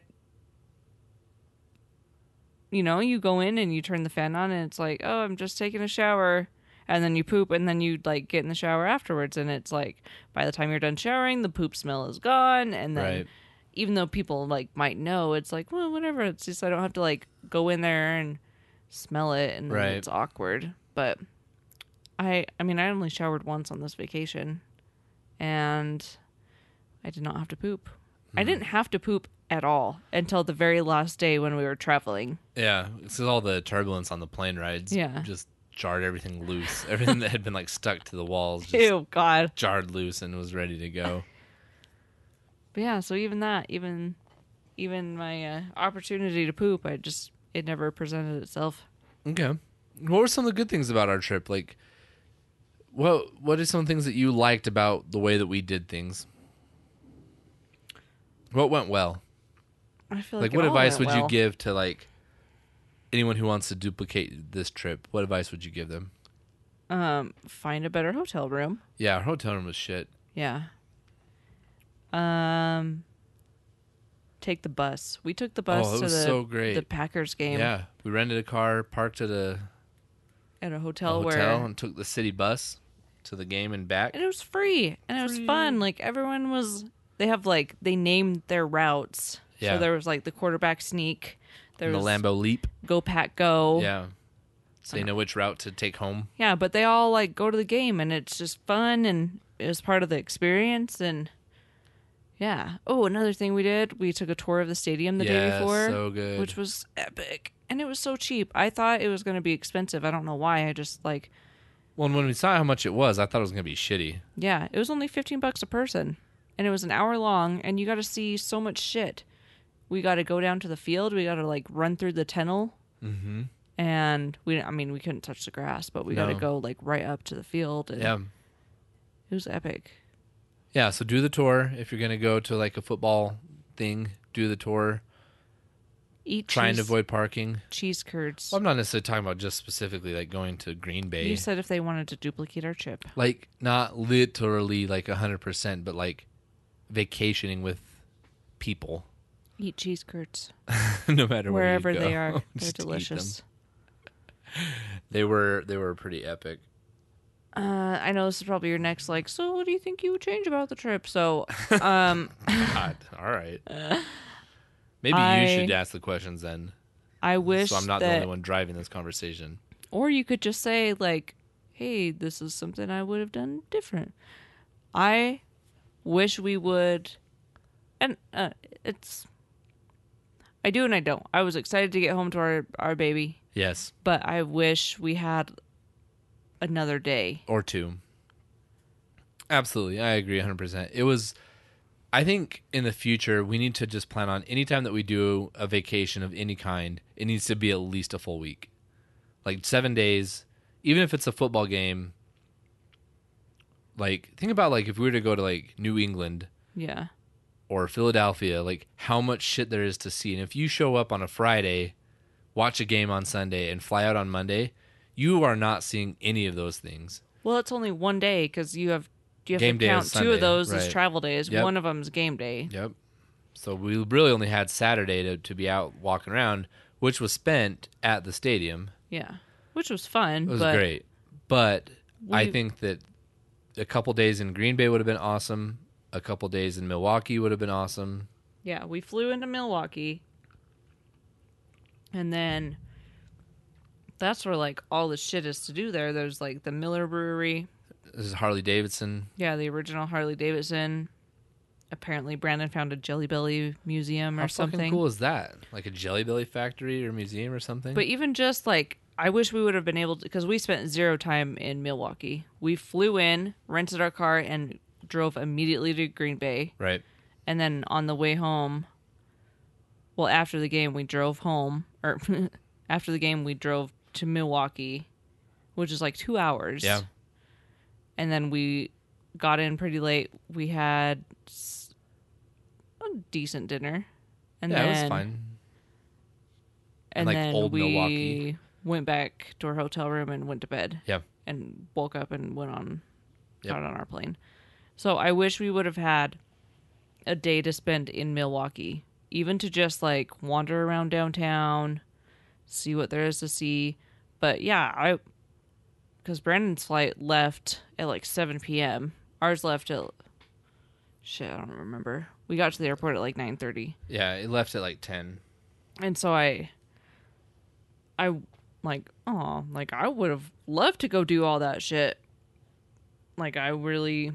you know, you go in and you turn the fan on and it's like, oh, I'm just taking a shower. And then you poop and then you like get in the shower afterwards. And it's like, by the time you're done showering, the poop smell is gone. And then.
Right.
even though people like might know, it's like, well, whatever. It's just I don't have to like go in there and smell it and then
Right.
it's awkward. But I I mean I only showered once on this vacation and I did not have to poop. I
Hmm.
didn't have to poop at all until the very last day when we were traveling.
Yeah. It's 'cause all the turbulence on the plane rides.
Yeah.
Just jarred everything loose. Everything that had been like stuck to the walls just
<laughs> Ew Oh, God.
jarred loose and was ready to go.
But yeah, so even that, even even my uh, opportunity to poop, I just it never presented itself.
Okay. What were some of the good things about our trip? Like, what what are some things that you liked about the way that we did things? What went well?
I feel like,
Like,
it
what
all
advice would
went
you
well.
give to like anyone who wants to duplicate this trip? What advice would you give them?
Um, find a better hotel room.
Yeah, our hotel room was shit.
Yeah. Um take the bus. We took the bus
Oh, it
to
was
the,
so great.
the Packers game
Yeah, we rented a car, parked at a,
at a
a
hotel,
hotel,
where
and took the city bus to the game and back.
and it was free and it was fun. Like everyone was they have like they named their routes.
Yeah.
So there was like the quarterback sneak. There
And the
was
Lambo leap.
Go Pack Go.
Yeah, so you know which route to take home.
Yeah, but they all like go to the game and it's just fun and it was part of the experience and yeah. Oh, another thing we did, we took a tour of the stadium the day
Yeah,
before,
so good.
which was epic. And it was so cheap. I thought it was going to be expensive. I don't know why. I just like
Well, and when we saw how much it was, I thought it was gonna be shitty.
yeah, it was only 15 bucks a person and it was an hour long and you got to see so much shit. We got to go down to the field, we got to like run through the tunnel. Mhm. And we I mean, we couldn't touch the grass, but we got to
Mm-hmm. No.
go like right up to the field and
Yeah.
it was epic.
Yeah, so do the tour if you're going to go to like a football thing. Do the tour.
eat
Try and
cheese,
avoid parking.
cheese curds.
Well, I'm not necessarily talking about just specifically like going to Green Bay.
You said if they wanted to duplicate our chip.
like not literally like 100%, but like vacationing with people <laughs>
Eat cheese curds
no matter where you
wherever
go.
they
<laughs>
are. They're
Just eat them.
delicious.
They were they were pretty epic.
Uh, I know this is probably your next like. So, what do you think you would change about the trip?
<laughs>
So, um, <laughs>
God, all right. Maybe
I-
you should ask the questions then.
I wish
So I'm not
that,
the only one driving this conversation.
or you could just say like, "Hey, this is something I would have done different." I wish we would, and uh, it's. I do and I don't. I was excited to get home to our our baby.
Yes,
but I wish we had another day.
or two. Absolutely. I agree 100%. It was, I think in the future, we need to just plan on anytime that we do a vacation of any kind, it needs to be at least a full week. Like seven days, even if it's a football game, like think about like if we were to go to like New England
Yeah.
or Philadelphia, like how much shit there is to see. And if you show up on a Friday, watch a game on Sunday, and fly out on Monday, you are not seeing any of those things.
Well, it's only one day because you have you have
Game
to
day is
count two
Sunday,
of those as
right.
travel days.
Yep.
One of them's game day.
Yep. So we really only had Saturday to, to be out walking around, which was spent at the stadium.
Yeah, which was fun.
It was
but
great. But I
We-
think that a couple days in Green Bay would have been awesome. A couple days in Milwaukee would have been awesome.
Yeah, we flew into Milwaukee. And then that's where like all the shit is to do there. There's like the Miller Brewery.
This is Harley Davidson.
Yeah, the original Harley Davidson. Apparently Brandon found a Jelly Belly museum or
How
something.
fucking cool is that? Like a Jelly Belly factory or museum or something?
But even just like I wish we would have been able to cuz we spent zero time in Milwaukee. We flew in, rented our car and drove immediately to Green Bay.
right.
And then on the way home, well, after the game, we drove home, or <laughs> after the game, we drove to Milwaukee, which is like two hours.
Yeah.
And then we got in pretty late. We had s- a decent dinner. And
yeah,
then,
it was fine.
And
like,
then
old
we
Milwaukee.
went back to our hotel room and went to bed
Yeah.
and woke up and went on
Yep.
got on our plane. So I wish we would have had a day to spend in Milwaukee, even to just like wander around downtown, see what there is to see. But yeah, I because Brandon's flight left at like 7 p.m. Ours left at shit, I don't remember. We got to the airport at like 9:30
Yeah, it left at like 10.
and so i i like oh like i would have loved to go do all that shit like i really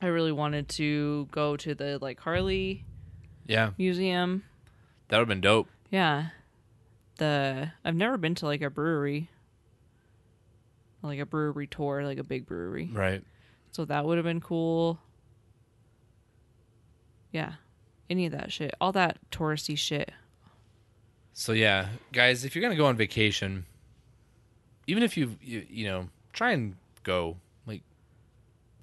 i really wanted to go to the like harley
Yeah.
museum
That would have been dope.
yeah the i've never been to like a brewery like a brewery tour like a big brewery
Right.
so that would have been cool yeah any of that shit all that touristy shit
So yeah, guys, if you're gonna go on vacation, even if you've you, you know try and go like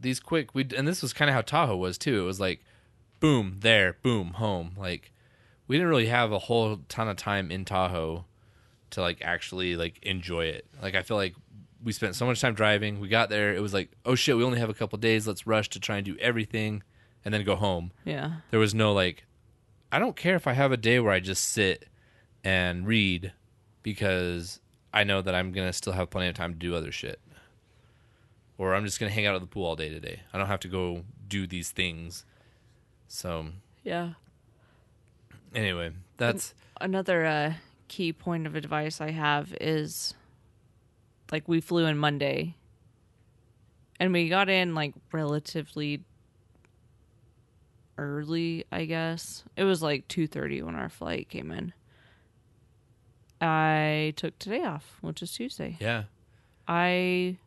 these quick. We and this was kind of how Tahoe was too. It was like boom there, boom home. Like we didn't really have a whole ton of time in Tahoe to like actually like enjoy it. Like I feel like we spent so much time driving. We got there, it was like oh shit, we only have a couple days. Let's rush to try and do everything and then go home
yeah
there was no like i don't care if i have a day where i just sit and read because i know that i'm gonna still have plenty of time to do other shit or i'm just gonna hang out at the pool all day today i don't have to go do these things so
yeah
anyway that's
another uh, key point of advice I have is like we flew in Monday and we got in like relatively early, I guess. It was like 2:30 when our flight came in. I took today off, which is Tuesday.
yeah
I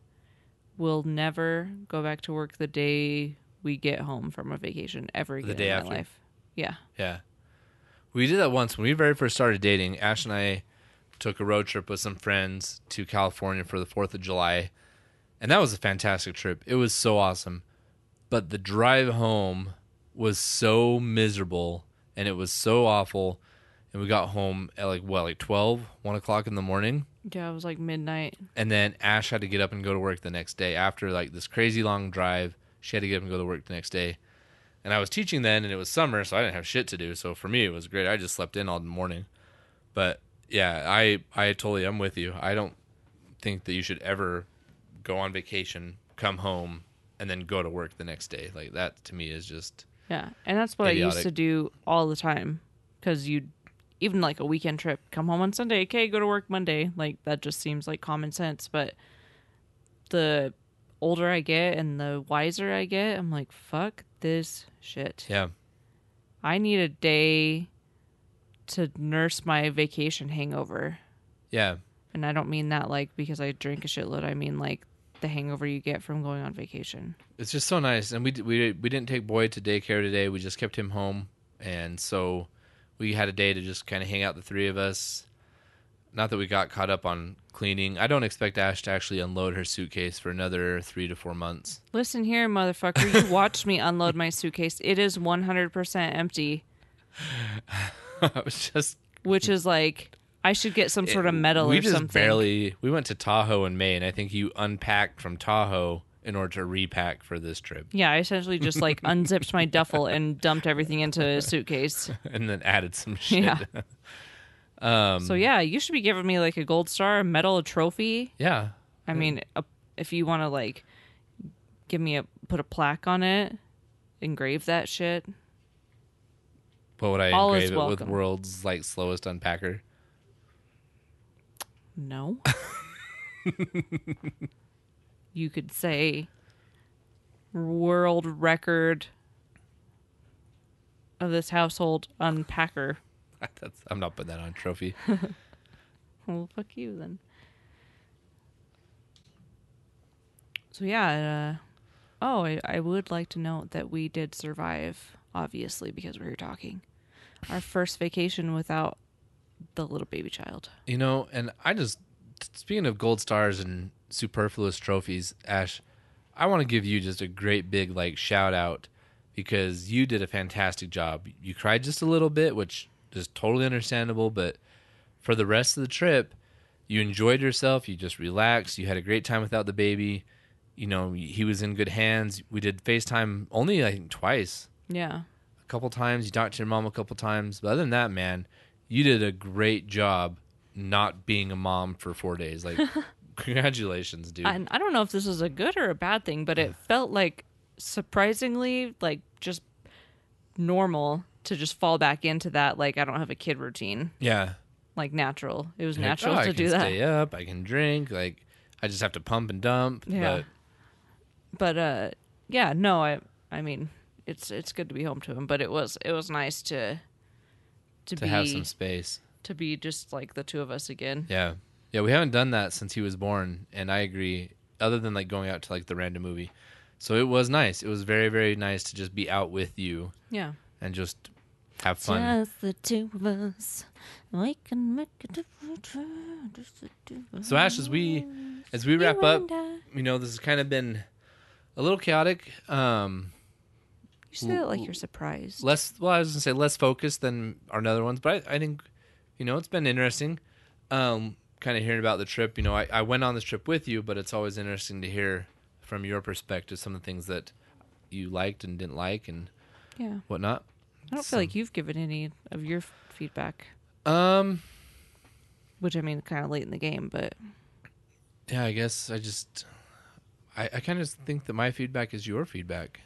will never go back to work the day we get home from a vacation ever again
day
in
after?
my life. Yeah.
Yeah. We did that once when we very first started dating. Ash and I took a road trip with some friends to California for the 4th of July. And that was a fantastic trip. It was so awesome. But the drive home was so miserable and it was so awful. And we got home at like, what, like 12, 1 o'clock in the morning.
Yeah, it was like midnight.
And then Ash had to get up and go to work the next day after like this crazy long drive. She had to get up and go to work the next day. And I was teaching then, and it was summer, so I didn't have shit to do. So for me, it was great. I just slept in all morning. But yeah, I I totally am with you. I don't think that you should ever go on vacation, come home, and then go to work the next day. Like that to me is just
Yeah, and that's what I
Idiotic.
used to do all the time because you, even like a weekend trip, come home on Sunday, okay, go to work Monday. Like that just seems like common sense, but the older I get and the wiser I get, I'm like, fuck this shit.
yeah,
I need a day to nurse my vacation hangover.
yeah,
And I don't mean that like because I drink a shitload. I mean like the hangover you get from going on vacation.
it's just so nice. And we d- we we didn't take Boyd to daycare today. We just kept him home, and so we had a day to just kind of hang out the three of us. not that we got caught up on cleaning. I don't expect Ash to actually unload her suitcase for another three to four months. <laughs>
Listen here, motherfucker. You watched me unload my suitcase. It is 100% empty,
I was just
which is like, I should get some sort of medal
we
or
just
something.
barely we went to Tahoe in May, and I think you unpacked from Tahoe in order to repack for this trip, <laughs>
Yeah, I essentially just like unzipped my duffel and dumped everything into a suitcase.
and then
<laughs>
added some shit.
Yeah.
Um,
so yeah, you should be giving me like a gold star, a medal, a trophy.
yeah.
I mean, a, if you want to like give me a put a plaque on it, engrave that shit.
What would I
All is
engrave it with?
welcome.
World's like slowest unpacker. <laughs>
No. <laughs> you could say world record of this household unpacker.
That's, I'm not putting that on trophy.
Well, fuck you then. So yeah, uh, oh, I, I would like to note that we did survive, obviously, because we were talking. Our first vacation without the little baby child.
You know, and I just speaking of gold stars and superfluous trophies, Ash, I want to give you just a great big like shout out because you did a fantastic job. You cried just a little bit, which is totally understandable, but for the rest of the trip, you enjoyed yourself, you just relaxed, you had a great time without the baby. You know, he was in good hands. We did FaceTime only I think twice
Yeah,
a couple times. You talked to your mom a couple times. But other than that, man, you did a great job not being a mom for four days.
<laughs>
Like, congratulations, dude.
and I don't know if this is a good or a bad thing, but
<sighs>
it felt like surprisingly like just normal to just fall back into that like I don't have a kid routine,
yeah.
like natural. It was
Like,
natural
oh, I
to
can
do that.
stay up. I can drink. Like, I just have to pump and dump.
Yeah.
But
but uh yeah no i i mean it's it's good to be home to him but it was it was nice to to,
to
be
have some space.
to be just like the two of us again
Yeah. Yeah. We haven't done that since he was born. And I agree. Other than like going out to like the random movie. So it was nice. It was very, very nice to just be out with you
yeah
and just have fun.
Just the two of us. We can make a difference. Just the two of us.
So Ash, as we as we wrap up, you know, this has kind of been a little chaotic. Um,
you say that like you're surprised
less, well, I was gonna say less focused than our other ones, but I, I think, you know, it's been interesting. Um, kind of hearing about the trip. You know, I, I went on this trip with you, but it's always interesting to hear from your perspective some of the things that you liked and didn't like and
yeah
whatnot.
i don't feel like you've given any of your f- feedback
Um,
which i mean kind of late in the game but
yeah, I guess I just, I, I kind of think that my feedback is your feedback.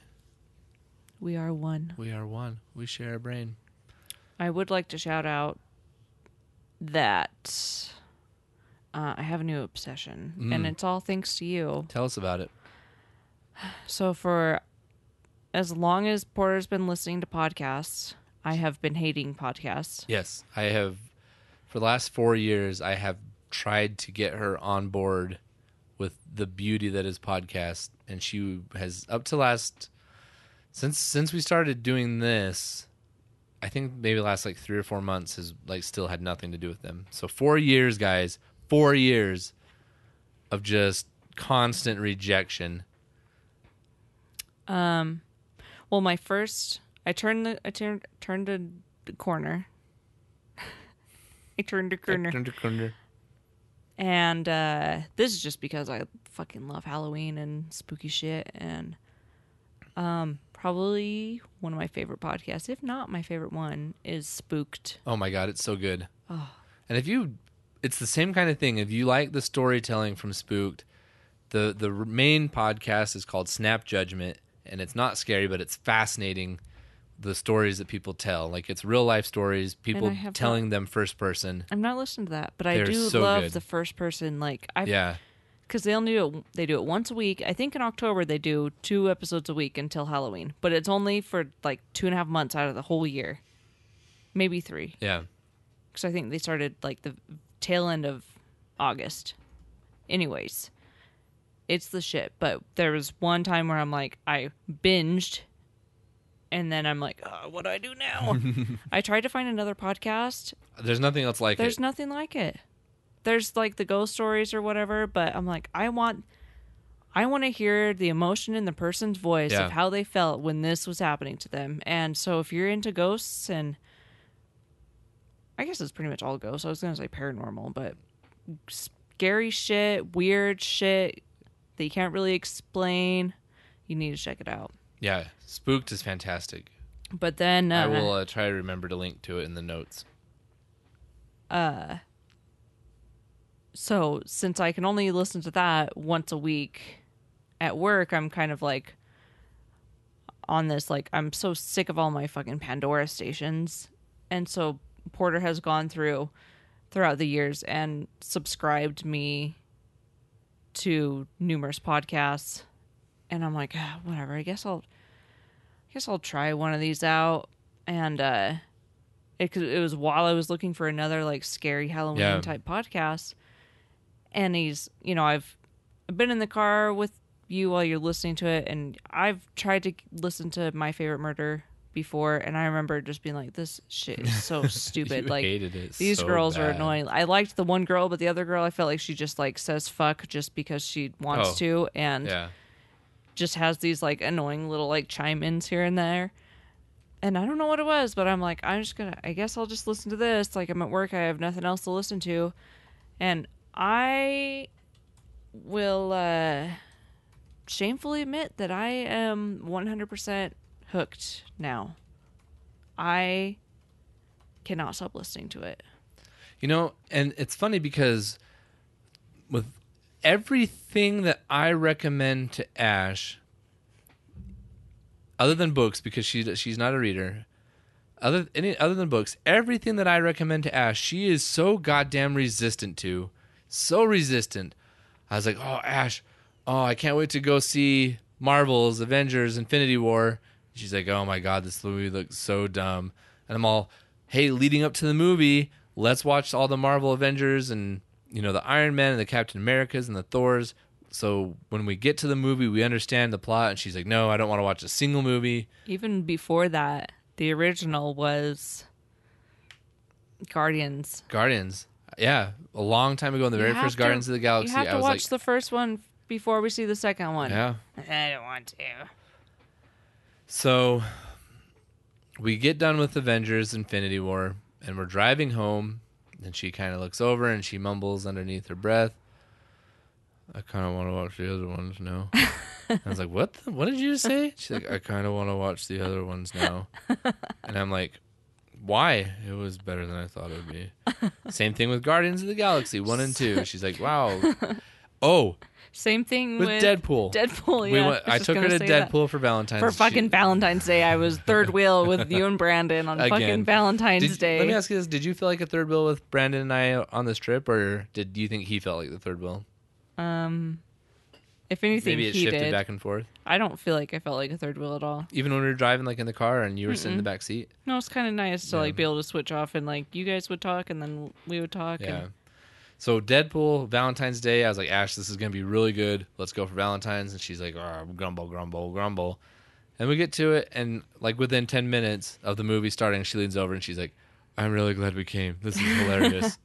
we are one
We are one. We share a brain.
I would like to shout out that uh, I have a new obsession, and it's all thanks to you.
Tell us about it.
So for as long as Porter's been listening to podcasts, I have been hating podcasts.
Yes, I have. For the last four years, I have tried to get her on board with the beauty that is podcast, and she has up to last since since we started doing this. I think maybe the last like three or four months has like still had nothing to do with them. So four years, guys, four years of just constant rejection.
Well, my first, I turned the, I turned turned a the corner. <laughs> I turned a corner, and uh, this is just because I fucking love Halloween and spooky shit, and um, probably one of my favorite podcasts, if not my favorite one, is Spooked.
Oh my god, it's so good.
Oh.
And if you, it's the same kind of thing. If you like the storytelling from Spooked, the the r- main podcast is called Snap Judgment, and it's not scary, but it's fascinating. The stories that people tell, like it's real life stories, people
I have
telling them first person.
I've not listened to that, but I
They're
do
so
love
good.
the first person. Like I,
Yeah,
because they only do it, they do it once a week. I think in October they do two episodes a week until Halloween, but it's only for like two and a half months out of the whole year, maybe three.
yeah.
Because I think they started like the tail end of August. Anyways, it's the shit. But there was one time where I'm like I binged, and then I'm like, oh, what do I do now? I tried to find another podcast.
There's nothing else like
There's
it.
nothing like it. there's like the ghost stories or whatever, but I'm like, I want, I want to hear the emotion in the person's voice
Yeah.
of how they felt when this was happening to them. And so, if you're into ghosts and I guess it's pretty much all ghosts. I was gonna say paranormal, but scary shit, weird shit that you can't really explain. You need to check it out.
Yeah, spooked is fantastic.
But then uh,
I will uh, try to remember to link to it in the notes.
so since I can only listen to that once a week at work, I'm kind of like on this like I'm so sick of all my fucking Pandora stations. And so Porter has gone through throughout the years and subscribed me to numerous podcasts and I'm like, "Ah, whatever, I guess I'll I guess I'll try one of these out and uh it, 'cause it was while I was looking for another like scary Halloween
Yeah.
type podcast and he's you know i've been in the car with you while you're listening to it and i've tried to listen to my favorite murder before and i remember just being like this shit is
<laughs>
so stupid
You
like
hated it
these
so
girls are
bad.
annoying i liked the one girl but the other girl i felt like she just like says fuck just because she wants
Oh.
to and
Yeah,
just has these like annoying little like chime ins here and there. And I don't know what it was, but I'm like, I'm just gonna, I guess I'll just listen to this. Like, I'm at work, I have nothing else to listen to. And I will uh, shamefully admit that I am 100% hooked now. I cannot stop listening to it.
you know, and it's funny because with everything that I recommend to Ash, other than books because she she's not a reader, other any other than books, everything that I recommend to Ash, she is so goddamn resistant to, so resistant. I was like, oh Ash, oh I can't wait to go see Marvel's Avengers Infinity War. She's like, oh my god, this movie looks so dumb, and I'm all, hey, leading up to the movie, let's watch all the Marvel Avengers and you know the Iron Man and the Captain Americas and the Thors. So when we get to the movie, we understand the plot. And she's like, no, I don't want to watch a single movie.
Even before that, the original was Guardians.
Guardians. Yeah, a long time ago in the
You
very
have
first
to-
Guardians of the Galaxy,
You have
I
to
was
watch
like,
the first one before we see the second one.
yeah.
I don't want to.
So we get done with Avengers Infinity War and we're driving home and she kind of looks over and she mumbles underneath her breath, I kind of want to watch the other
<laughs>
ones now. And I was like, "What? The, what did you just say?" She's like, "I kind of want to watch the other ones now." And I'm like, "Why? It was better than I thought it would be." Same thing with Guardians of the Galaxy 1 and 2. She's
<laughs>
like, "Wow." Oh,
Same thing
with,
with,
Deadpool.
Deadpool. Yeah,
we
I
went,
was
I,
just
took her
gonna say
to
that.
Deadpool for Valentine's.
for
She-
fucking Valentine's Day. I was third wheel with you and Brandon on
Again.
fucking Valentine's
Did-
Day.
Let me ask you this: Did you feel like a third bill with Brandon and I on this trip, or did you think he felt like the third bill?
um, if anything,
Maybe it
he
shifted
did.
back and forth.
I don't feel like I felt like a third wheel at all.
Even when we were driving, like in the car, and you were sitting in the back seat.
No, it's kind of nice to like be able to switch off and like you guys would talk and then we would talk.
Yeah.
And
So Deadpool Valentine's Day, I was like, Ash, this is gonna be really good. Let's go for Valentine's, and she's like, "Ah, grumble, grumble, grumble. And we get to it, and like within ten minutes of the movie starting, she leans over and she's like, "I'm really glad we came. This is
<laughs>
hilarious."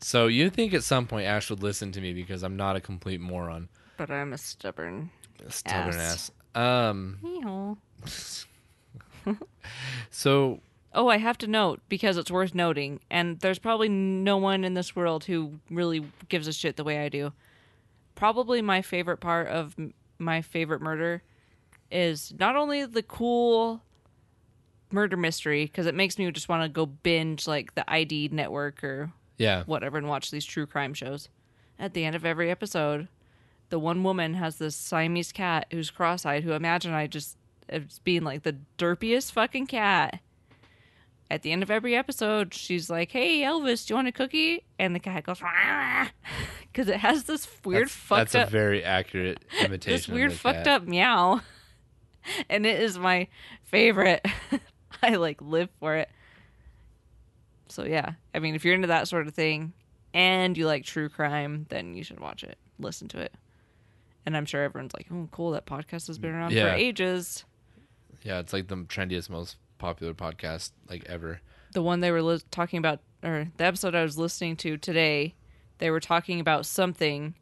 so you think at some point Ash would listen to me because I'm not a complete moron.
but I'm a stubborn.
Stubborn ass.
Ass.
Um.
Meow.
So
Oh, I have to note because it's worth noting, and there's probably no one in this world who really gives a shit the way I do. Probably my favorite part of m- my favorite murder is not only the cool murder mystery because it makes me just want to go binge like the ID network or
yeah,
whatever and watch these true crime shows. At the end of every episode, the one woman has this Siamese cat who's cross-eyed, who imagine I just as being like the derpiest fucking cat. At the end of every episode, she's like, "Hey Elvis, do you want a cookie?" And the cat goes, "Because it has this weird
that's,
fucked
that's a
up,
very accurate imitation.
<laughs> this
of
weird
the
fucked
cat.
up meow," <laughs> and it is my favorite. <laughs> I like live for it. So yeah, I mean, if you're into that sort of thing and you like true crime, then you should watch it, listen to it. And I'm sure everyone's like, "Oh, cool! That podcast has been around for
Yeah.
ages."
Yeah, it's like the trendiest, most popular podcast like ever.
The one they were lis- talking about, or the episode I was listening to today, they were talking about something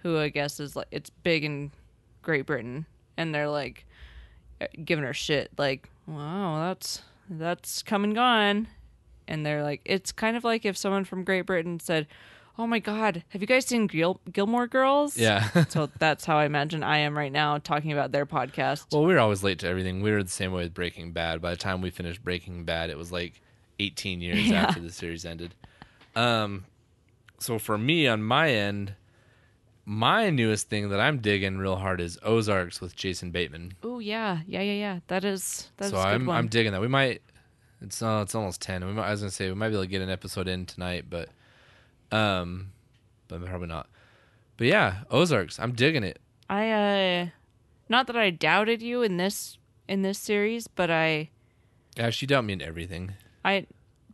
who I guess is like it's big in Great Britain and they're like uh, giving her shit like wow that's that's come and gone and they're like it's kind of like if someone from Great Britain said oh my god have you guys seen Gil- Gilmore Girls
Yeah.
<laughs>
<laughs>
so that's how I imagine I am right now talking about their podcast
well, we were always late to everything. We were the same way with Breaking Bad. By the time we finished Breaking Bad, it was like 18
<laughs>
years
Yeah.
after the series ended. Um, so for me, on my end, my newest thing that I'm digging real hard is Ozarks with Jason Bateman.
oh yeah yeah yeah yeah that is that's
so
a good
I'm
one
I'm digging that. We might. It's uh, it's almost ten. We might, I was gonna say we might be able to get an episode in tonight, but um, but probably not. But yeah, Ozarks. I'm digging it.
I uh not that I doubted you in this in this series, but I
Yeah, she dealt me in everything.
I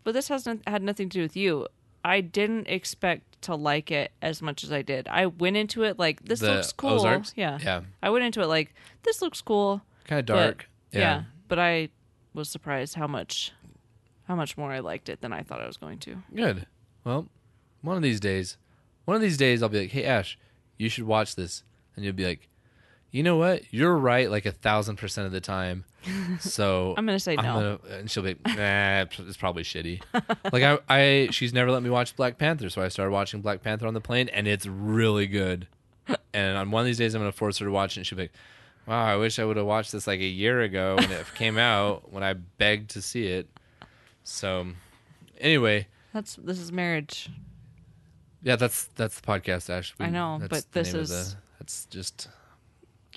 but this has not, had nothing to do with you. I didn't expect to like it as much as I did. I went into it like this
The
looks cool.
Ozarks?
Yeah.
Yeah,
I went into it like this looks cool.
kind of
but-
dark.
yeah.
yeah,
But I was surprised how much how much more I liked it than I thought I was going to.
Good. Well, one of these days, one of these days, I'll be like, "Hey, Ash, you should watch this," and you'll be like, "You know what? You're right, like a thousand percent of
<laughs>
the time." So
I'm gonna say no.
gonna- and she'll be, like, "Nah, it's probably shitty." like I, I, she's never let me watch Black Panther, so I started watching Black Panther on the plane, and it's really good. And on one of these days, I'm gonna force her to watch it. And she'll be like, "Wow, I wish I would have watched this like a year ago when it <laughs> came out, when I begged to see it." So, anyway.
That's this is marriage.
Yeah, that's that's the podcast, Ash.
I know,
that's
but
the
this
name of
is-
the- that's just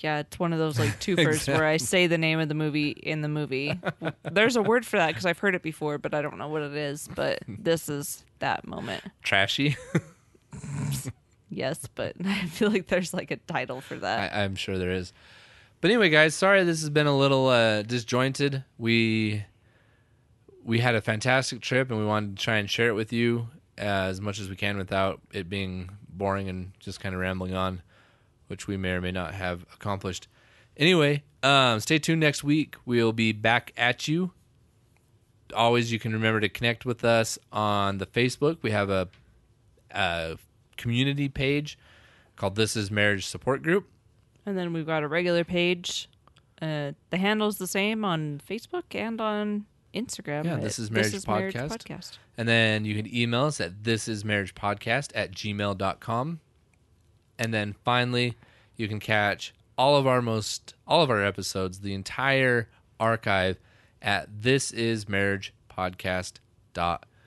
Yeah, it's one of those
<laughs>
like two words where I say the name of the movie in the movie. There's a word for that because I've heard it before, but I don't know what it is.
<laughs>
But this is that moment.
trashy.
Yes, but <laughs> I feel like there's like a title for that.
I, I'm sure there is. But anyway, guys, sorry this has been a little uh, disjointed. We we had a fantastic trip, and we wanted to try and share it with you uh, as much as we can without it being boring and just kind of rambling on, which we may or may not have accomplished. Anyway, um, stay tuned next week. We'll be back at you. Always, you can remember to connect with us on the Facebook. We have a, a community page called "This Is Marriage Support Group."
and then we've got a regular page. Uh, the handle's the same on Facebook and on Instagram.
Yeah,
at
This Is Marriage Podcast.
Podcast.
And then you can email us at this is marriage podcast at gmail.com. And then finally, you can catch all of our most all of our episodes, the entire archive at this is marriage podcast.com.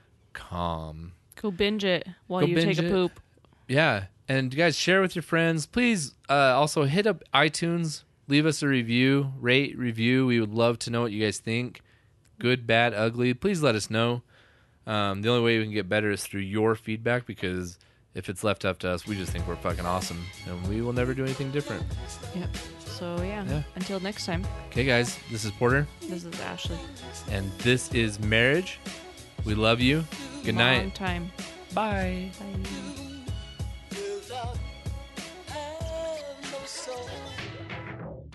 Go binge it while
Go
you take
binge
a
it.
poop.
Yeah. And you guys share with your friends. Please uh, also hit up iTunes, leave us a review, rate, review. We would love to know what you guys think. Good, bad, ugly. Please let us know. Um, the only way we can get better is through your feedback because if it's left up to us, we just think we're fucking awesome and we will never do anything different.
Yep. So yeah.
Yeah.
Until next time,
Okay, guys, this is Porter
this is Ashley.
and this is Marriage. We love you. Good
Long
night.
time.
Bye.
Bye.
without have no soul.